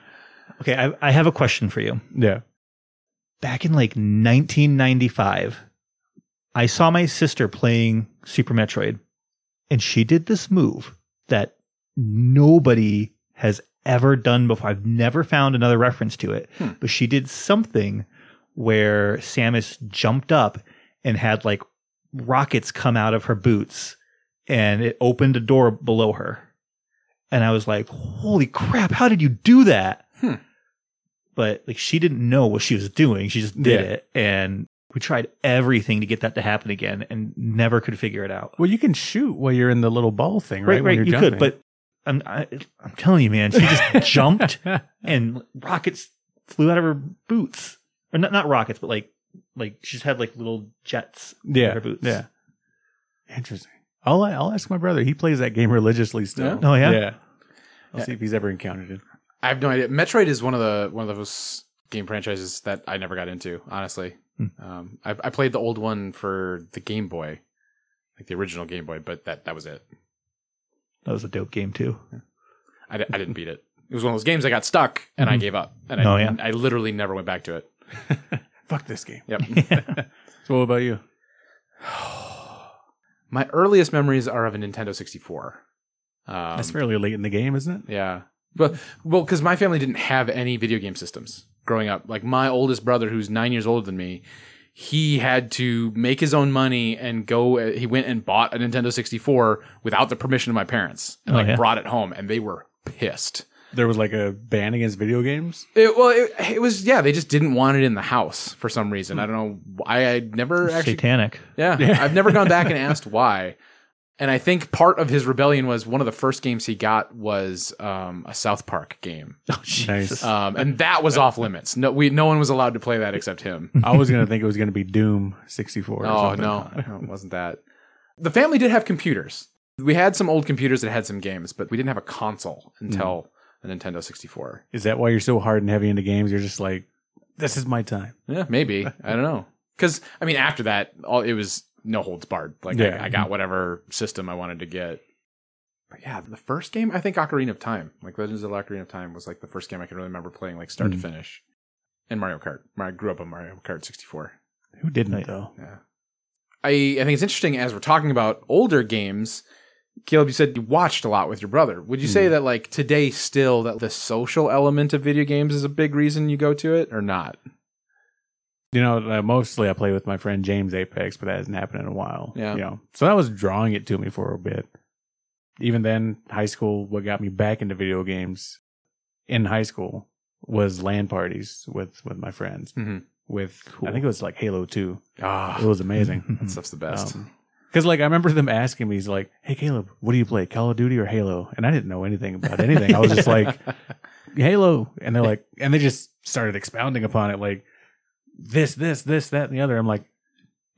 B: Okay, I, I have a question for you.
C: yeah,
B: Back in like 1995, I saw my sister playing Super Metroid, and she did this move that nobody has ever done before. I've never found another reference to it,
A: Hmm.
B: but she did something where Samus jumped up and had like rockets come out of her boots, and it opened a door below her. And I was like, holy crap, how did you do that?
A: Hmm.
B: But like she didn't know what she was doing. She just did
C: Yeah.
B: it. And we tried everything to get that to happen again and never could figure it out.
C: well, you can shoot while you're in the little ball thing, right?
B: Right, right.
C: when
B: You
C: you're
B: could,
C: jumping.
B: but I'm I, I'm telling you, man, she just jumped and rockets flew out of her boots, or not not rockets, but like like she just had like little jets.
C: yeah,
B: her boots.
C: yeah. Interesting. I'll I'll ask my brother. He plays that game religiously still.
B: Oh yeah,
C: yeah. I'll
A: Yeah.
C: see if he's ever encountered it.
A: I have no idea. Metroid is one of the one of those game franchises that I never got into. Honestly,
B: Hmm.
A: um, I, I played the old one for the Game Boy, like the original Game Boy, but that that was it.
B: that was a dope game too.
A: I, di- I didn't beat it. It was one of those games I got stuck and I
B: Mhm.
A: gave up, and
B: Oh,
A: I,
B: yeah.
A: I literally never went back to it.
C: Fuck this game.
A: Yep.
C: So what about you?
A: My earliest memories are of a Nintendo 64. Um,
C: That's fairly late in the game, isn't it?
A: Yeah. But well, because my family didn't have any video game systems growing up. Like my oldest brother, who's nine years older than me, he had to make his own money and go. uh, He went and bought a Nintendo 64 without the permission of my parents, and
B: Oh,
A: like
B: yeah.
A: brought it home, and they were pissed.
C: There was like a ban against video games.
A: It, well, it, it was yeah. They just didn't want it in the house for some reason. I don't know. I I'd never actually
B: Satanic.
A: yeah.
C: Yeah.
A: I've never gone back and asked why. And I think part of his rebellion was one of the first games he got was um, a South Park game.
B: Oh Jesus.
A: Um, and that was off limits. No, we no one was allowed to play that except him.
C: I was gonna think it was gonna be Doom sixty four.
A: Oh no, no, it wasn't that. The family did have computers. We had some old computers that had some games, but we didn't have a console until the Nintendo 64.
C: Is that why you're so hard and heavy into games? You're just like, this is my time.
A: Yeah, maybe I don't know. Because I mean, after that, all it was no holds barred. Like
C: Yeah.
A: I, I got whatever system I wanted to get. But yeah, the first game I think Ocarina of Time, like Legends of Ocarina of Time, was like the first game I can really remember playing, like start
C: Mm.
A: to finish. And Mario Kart. I grew up on Mario Kart 64.
C: Who didn't
B: Right.
C: though?
A: I, I think it's interesting as we're talking about older games Caleb, you said you watched a lot with your brother. Would you say that like today still that the social element of video games is a big reason you go to it or not?
C: You know, uh, mostly I play with my friend James Apex, but that hasn't happened in a while.
A: Yeah.
C: You know, so that was drawing it to me for a bit. Even then, high school, what got me back into video games in high school was LAN parties with with my friends.
A: Mhm.
C: With I think it was like Halo Two.
A: Ah,
C: It was amazing.
B: Mm.
A: that stuff's the best.
C: Because like I remember them asking me, he's like, "Hey Caleb, what do you play, Call of Duty or Halo?" And I didn't know anything about anything. I was just like, "Halo," and they're like, and they just started expounding upon it, like this, this, this, that, and the other. I'm like,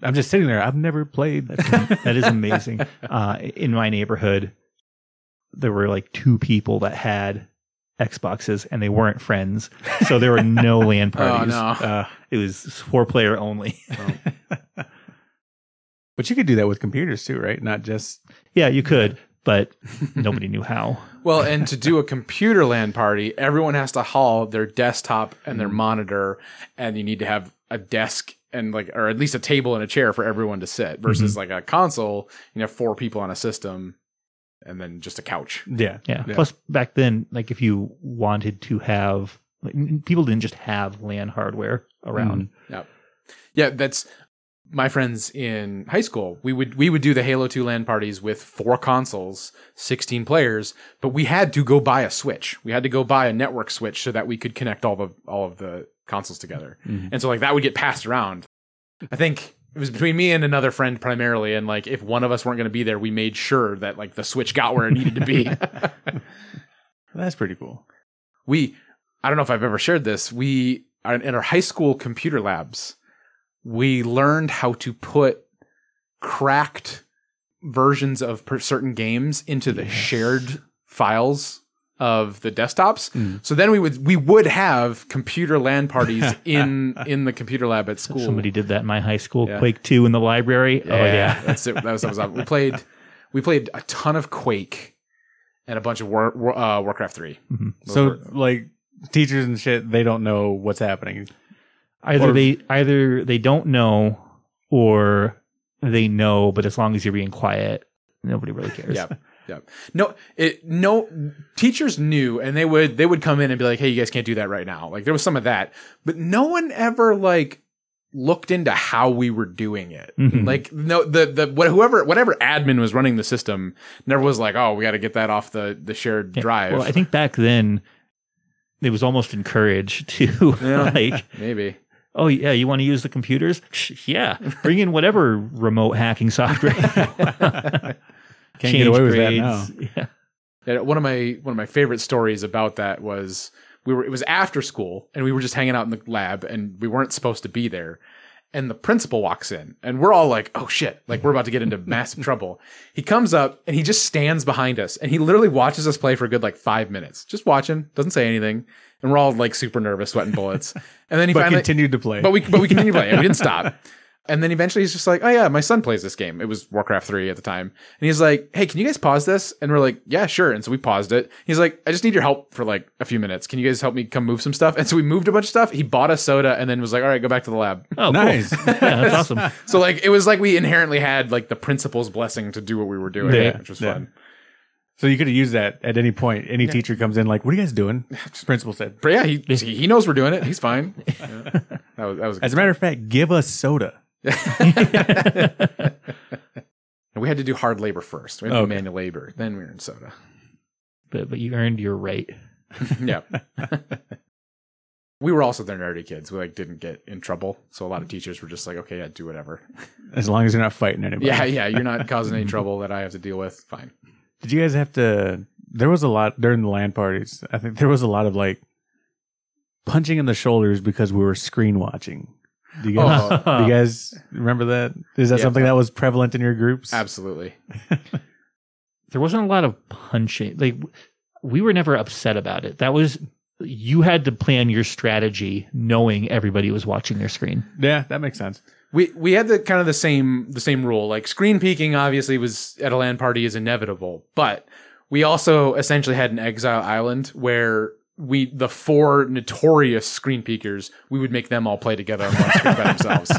C: I'm just sitting there. I've never played.
B: that is amazing. Uh, in my neighborhood, there were like two people that had Xboxes and they weren't friends. So there were no LAN parties.
A: Oh, no.
B: Uh, it was four player only.
C: But you could do that with computers too, right? Not just
B: yeah, you could, but nobody knew how.
A: Well, and to do a computer LAN party, everyone has to haul their desktop and their monitor, and you need to have a desk and like, or at least a table and a chair for everyone to sit. Versus like a console, you have four people on a system, and then just a couch.
C: yeah,
B: Yeah.
C: Yeah.
B: Plus, back then, like if you wanted to have, like, n- people didn't just have LAN hardware around.
C: Mm.
A: Yeah, that's my friends in high school. We would we would do the Halo Two LAN parties with four consoles, sixteen players, but we had to go buy a switch. We had to go buy a network switch so that we could connect all the all of the consoles together.
C: Mhm.
A: And so like that would get passed around. I think it was between me and another friend primarily, and like if one of us weren't going to be there, we made sure that like the switch got where it needed to be.
C: That's pretty cool.
A: we i don't know if i've ever shared this we in our high school computer labs we learned how to put cracked versions of per- certain games into the
B: Yes.
A: shared files of the desktops
C: Mm.
A: so then we would we would have computer LAN parties in in the computer lab at school
B: Somebody did that in my high school.
A: Yeah.
B: Quake 2 in the library. Oh,
A: yeah,
B: yeah.
A: that's it. That was, that was we played we played a ton of Quake and a bunch of War, War- uh, Warcraft three. Those
C: so
A: were-
C: like teachers and shit, they don't know what's happening.
B: either
C: Or-
B: they either they don't know or they know but as long as you're being quiet nobody really cares
A: Yep. Yep. No, it no teachers knew and they would they would come in and be like, "Hey, you guys can't do that right now." Like there was some of that, but no one ever like looked into how we were doing it.
B: Mhm.
A: Like no the the what, whoever whatever admin was running the system never was like, "Oh, we got to get that off the the shared
B: Yeah.
A: drive."
B: well i think back then it was almost encouraged to
A: Yeah.
B: like
A: maybe.
B: oh yeah you want to use the computers yeah bring in whatever remote hacking software
C: Can't get away with that now.
B: that now
A: Yeah, one of my one of my favorite stories about that was we were it was after school and we were just hanging out in the lab and we weren't supposed to be there and the principal walks in and we're all like oh shit like we're about to get into massive trouble he comes up and he just stands behind us and he literally watches us play for a good like five minutes just watching doesn't say anything and we're all like super nervous sweating bullets and then he
C: But
A: finally
C: continued to play.
A: but we but we continued playing. We didn't stop. And then eventually he's just like, "Oh yeah, my son plays this game. It was Warcraft 3 at the time." And he's like, "Hey, can you guys pause this?" And we're like, "Yeah, sure." And so we paused it. He's like, "I just need your help for like a few minutes. Can you guys help me come move some stuff?" And so we moved a bunch of stuff. He bought a soda and then was like, "All right, go back to the lab."
B: oh
C: nice.
B: cool. yeah that's awesome
A: So like it was like we inherently had like the principal's blessing to do what we were doing,
B: Yeah.
A: which was
C: Yeah.
A: fun.
C: So you could have used that at any point. Any teacher comes in like, "What are you guys doing?" Principal said.
A: But yeah, he he knows we're doing it. He's fine. Yeah. That was that was
C: As a matter of fact, give us soda.
A: And we had to do hard labor first. We had to do
C: Okay.
A: manual labor. Then we were in soda.
B: but, but you earned your right
A: yeah. we were also the nerdy kids. We like didn't get in trouble, so a lot of teachers were just like, "Okay, yeah, do whatever."
C: As long as you're not fighting anybody.
A: yeah, yeah, you're not causing any trouble that I have to deal with. Fine.
C: Did you guys have to? There was a lot during the land parties. I think there was a lot of like punching in the shoulders because we were screen watching. Do you
B: Oh,
C: guys, do you guys remember that? Is that
A: Oh. Yeah.
C: something that was prevalent in your groups?
A: Absolutely.
B: there wasn't a lot of punching. Like we were never upset about it. That was you had to plan your strategy knowing everybody was watching their screen.
C: Yeah, that makes sense.
A: We we had the kind of the same the same rule. Like screen peeking obviously was at a land party is inevitable, but we also essentially had an exile island where we the four notorious screen peekers, we would make them all play together on one screen by themselves.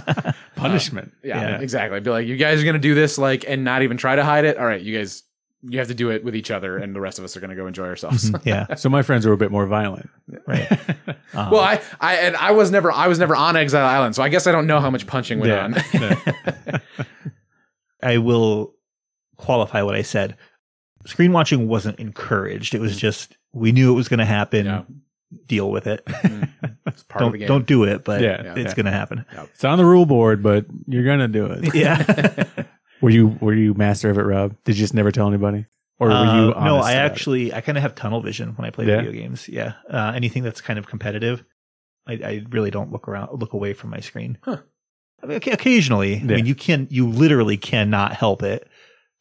C: Punishment.
A: Yeah, exactly. Be like, you guys are gonna do this, like, and not even try to hide it. All right, you guys you have to do it with each other, and the rest of us are going to go enjoy ourselves.
B: Mhm, yeah.
C: So my friends were a bit more violent.
B: Right. Um,
A: well, I, I and I was never I was never on Exile Island, so I guess I don't know how much punching went
C: Yeah.
A: on.
B: I will qualify what I said. Screen watching wasn't encouraged. It was
A: Mm.
B: just we knew it was going to happen.
A: Yeah.
B: Deal with it.
A: it's Mm, part of the
B: don't
A: game.
B: don't do it, but
C: Yeah,
A: yeah,
B: it's
C: yeah.
B: going to happen.
C: It's on the rule board, but you're gonna do it.
B: Yeah.
C: Were you were you master of it, Rob? Did you just never tell anybody, or were you?
B: Uh, no,
C: honest
B: I
C: about it?
B: actually I kind of have tunnel vision when I play
C: Yeah?
B: video games. Yeah, uh, anything that's kind of competitive, I, I really don't look around, look away from my screen.
A: Huh.
B: I mean, occa- occasionally, I
C: Yeah.
B: mean, you can, you literally cannot help it,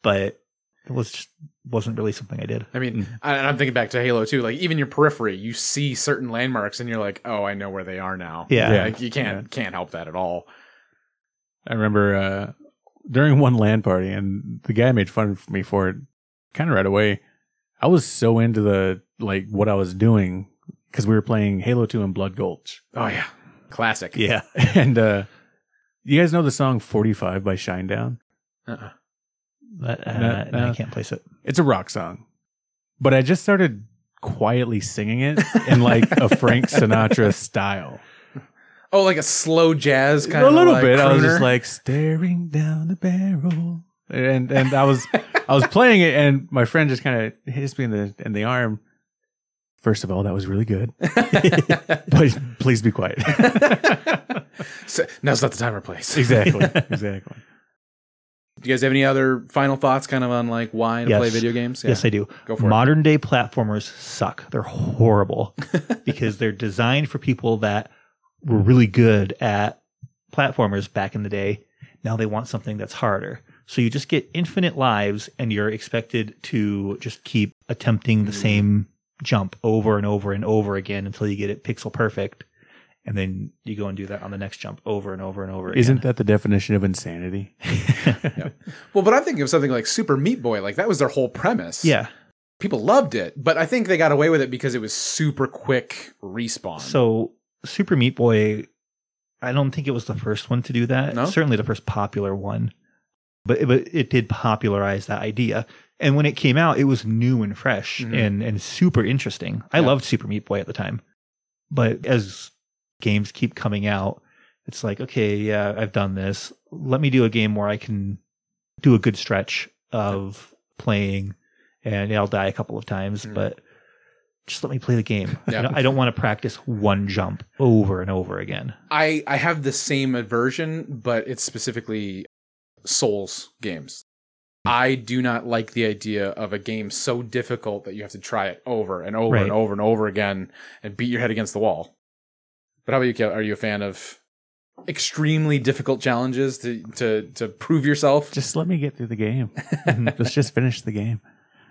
B: but it was just wasn't really something I did.
A: I mean, I, and I'm thinking back to Halo too. Like even your periphery, you see certain landmarks, and you're like, "Oh, I know where they are now."
B: Yeah.
C: Yeah.
A: Like, you can't can't help that at all.
C: I remember uh, during one land party, and the guy made fun of me for it kind of right away. I was so into the like what I was doing because we were playing Halo Two and Blood Gulch,
A: Oh yeah, classic.
B: Yeah,
C: and uh, you guys know the song Forty Five by Shinedown.
A: Uh-uh.
B: But, uh,
C: No,
B: no, I
C: no.
B: can't place it.
C: It's a rock song, but I just started quietly singing it in like a Frank Sinatra style.
A: Oh, like a slow jazz kind
C: a
A: of
C: little
A: like,
C: bit. I was just
A: crooner?
C: like staring down the barrel, and and I was I was playing it, and my friend just kind of hits me in the in the arm. First of all, that was really good, but please be quiet.
A: So, now's not the time or place.
C: exactly, exactly.
A: Do you guys have any other final thoughts, kind of on like why to
B: Yes.
A: play video games?
B: Yes, I do.
A: go for
B: Modern day platformers suck. They're horrible because they're designed for people that were really good at platformers back in the day. Now they want something that's harder. So you just get infinite lives and you're expected to just keep attempting the
C: Mm-hmm.
A: Mm.
B: same jump over and over and over again until you get it pixel perfect. And then you go and do that on the next jump over and over and over
C: Isn't
B: again.
C: that the definition of insanity?
A: it. Well, but I'm thinking of something like Super Meat Boy. Like that was their whole premise.
B: yeah.
A: people loved it, but I think they got away with it because it was super quick respawn.
B: So Super Meat Boy, I don't think it was the first one to do that.
A: No?
B: Certainly the first popular one, but but it did popularize that idea. And when it came out, it was new and fresh
A: Mhm.
B: and and super interesting. I
A: Yeah.
B: loved Super Meat Boy at the time, but as games keep coming out, it's like okay, yeah, I've done this. Let me do a game where I can do a good stretch of playing, and I'll die a couple of times,
A: Mhm.
B: but just let me play the game.
A: Yeah.
B: I, don't, I don't want to practice one jump over and over again.
A: I I have the same aversion, but it's specifically Souls games. I do not like the idea of a game so difficult that you have to try it over and over
B: Right.
A: and over and over again and beat your head against the wall. But how about you, Kev? Are you a fan of extremely difficult challenges to to to prove yourself?
C: Just let me get through the game. Let's just finish the game.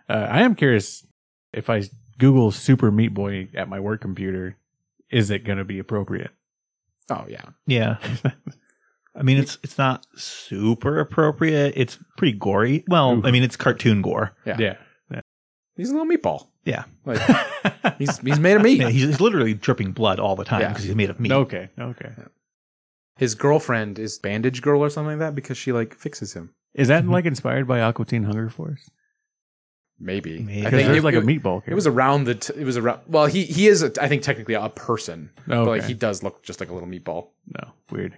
C: Uh, I am curious if I Google Super Meat Boy at my work computer, is it going to be appropriate?
A: oh yeah,
B: Yeah. I mean, it's it's not super appropriate. It's pretty gory. Well,
C: Oof.
B: I mean, it's cartoon gore.
A: Yeah. he's a little meatball.
B: Yeah.
A: Like, he's he's made of meat.
B: Yeah, he's, he's literally dripping blood all the time
A: Yeah.
B: because he's made of meat.
C: Okay. Okay.
A: his girlfriend is bandage girl or something like that because she like fixes him
C: Is that
B: Mhm.
C: like inspired by Aqua Teen Hunger Force?
A: maybe,
B: Maybe.
A: I
C: Because
A: think
C: there's
A: it,
C: like
A: it,
C: a meatball.
A: it was around the t- it was around well he he is a, i think technically a person
C: no,
A: but like he does look just like a little meatball
C: no weird.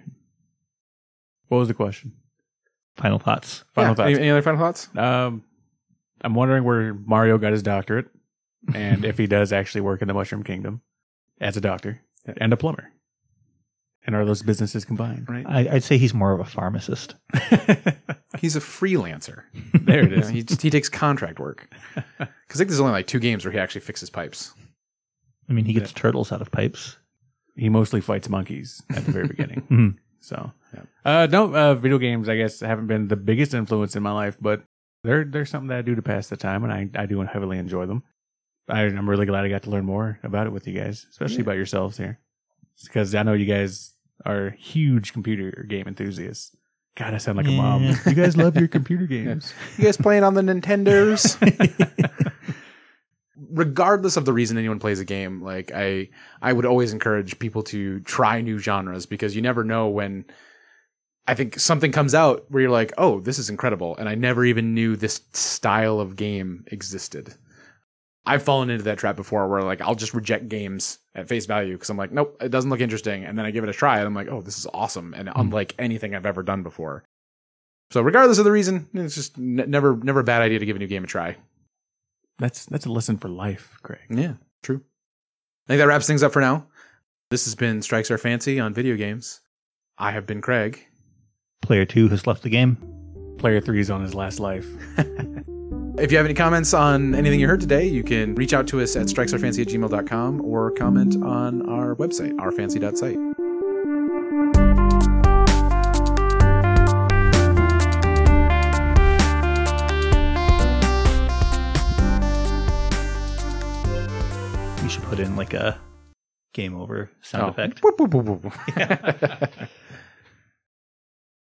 C: What was the question?
B: Final thoughts.
C: Final
A: Yeah.
C: thoughts.
A: any, any other final thoughts
C: Um, I'm wondering where Mario got his doctorate, and if he does actually work in the Mushroom Kingdom as a doctor and a plumber, and are those businesses combined?
A: right
B: I, I'd say he's more of a pharmacist.
A: he's a freelancer
C: There it
A: You know,
C: is.
A: he just he takes contract work because i think there's only like two games where he actually fixes pipes
B: I mean, he gets turtles out of pipes.
C: he mostly fights monkeys at the very beginning.
B: Mhm.
C: So,
A: Yeah.
C: uh, no, uh, video games, I guess, haven't been the biggest influence in my life, but they're, they're something that I do to pass the time, and I, I do heavily enjoy them. I, I'm really glad I got to learn more about it with you guys, especially
A: Yeah.
C: about yourselves here, because I know you guys are huge computer game enthusiasts. God, I sound like a mom.
B: Yeah.
C: You guys love your computer games.
A: you guys playing on the nintenders regardless of the reason anyone plays a game, like I I would always encourage people to try new genres because you never know when I think something comes out where you're like, oh, this is incredible. And I never even knew this style of game existed. I've fallen into that trap before where like I'll just reject games at face value because I'm like, nope, it doesn't look interesting. And then I give it a try and I'm like, oh, this is awesome and unlike anything I've ever done before. So regardless of the reason, it's just n- never never a bad idea to give a new game a try.
C: That's that's a lesson for life, Craig.
A: Yeah, true. I think that wraps things up for now. This has been Strikes Our Fancy on video games. I have been Craig.
B: Player two has left the game.
C: Player three is on his last life.
A: If you have any comments on anything you heard today, you can reach out to us at strikesourfancy at gmail.com or comment on our website, ourfancy.site.
B: You should put in like a game over sound
A: Oh.
B: effect.
A: Boop, boop, boop, boop, boop.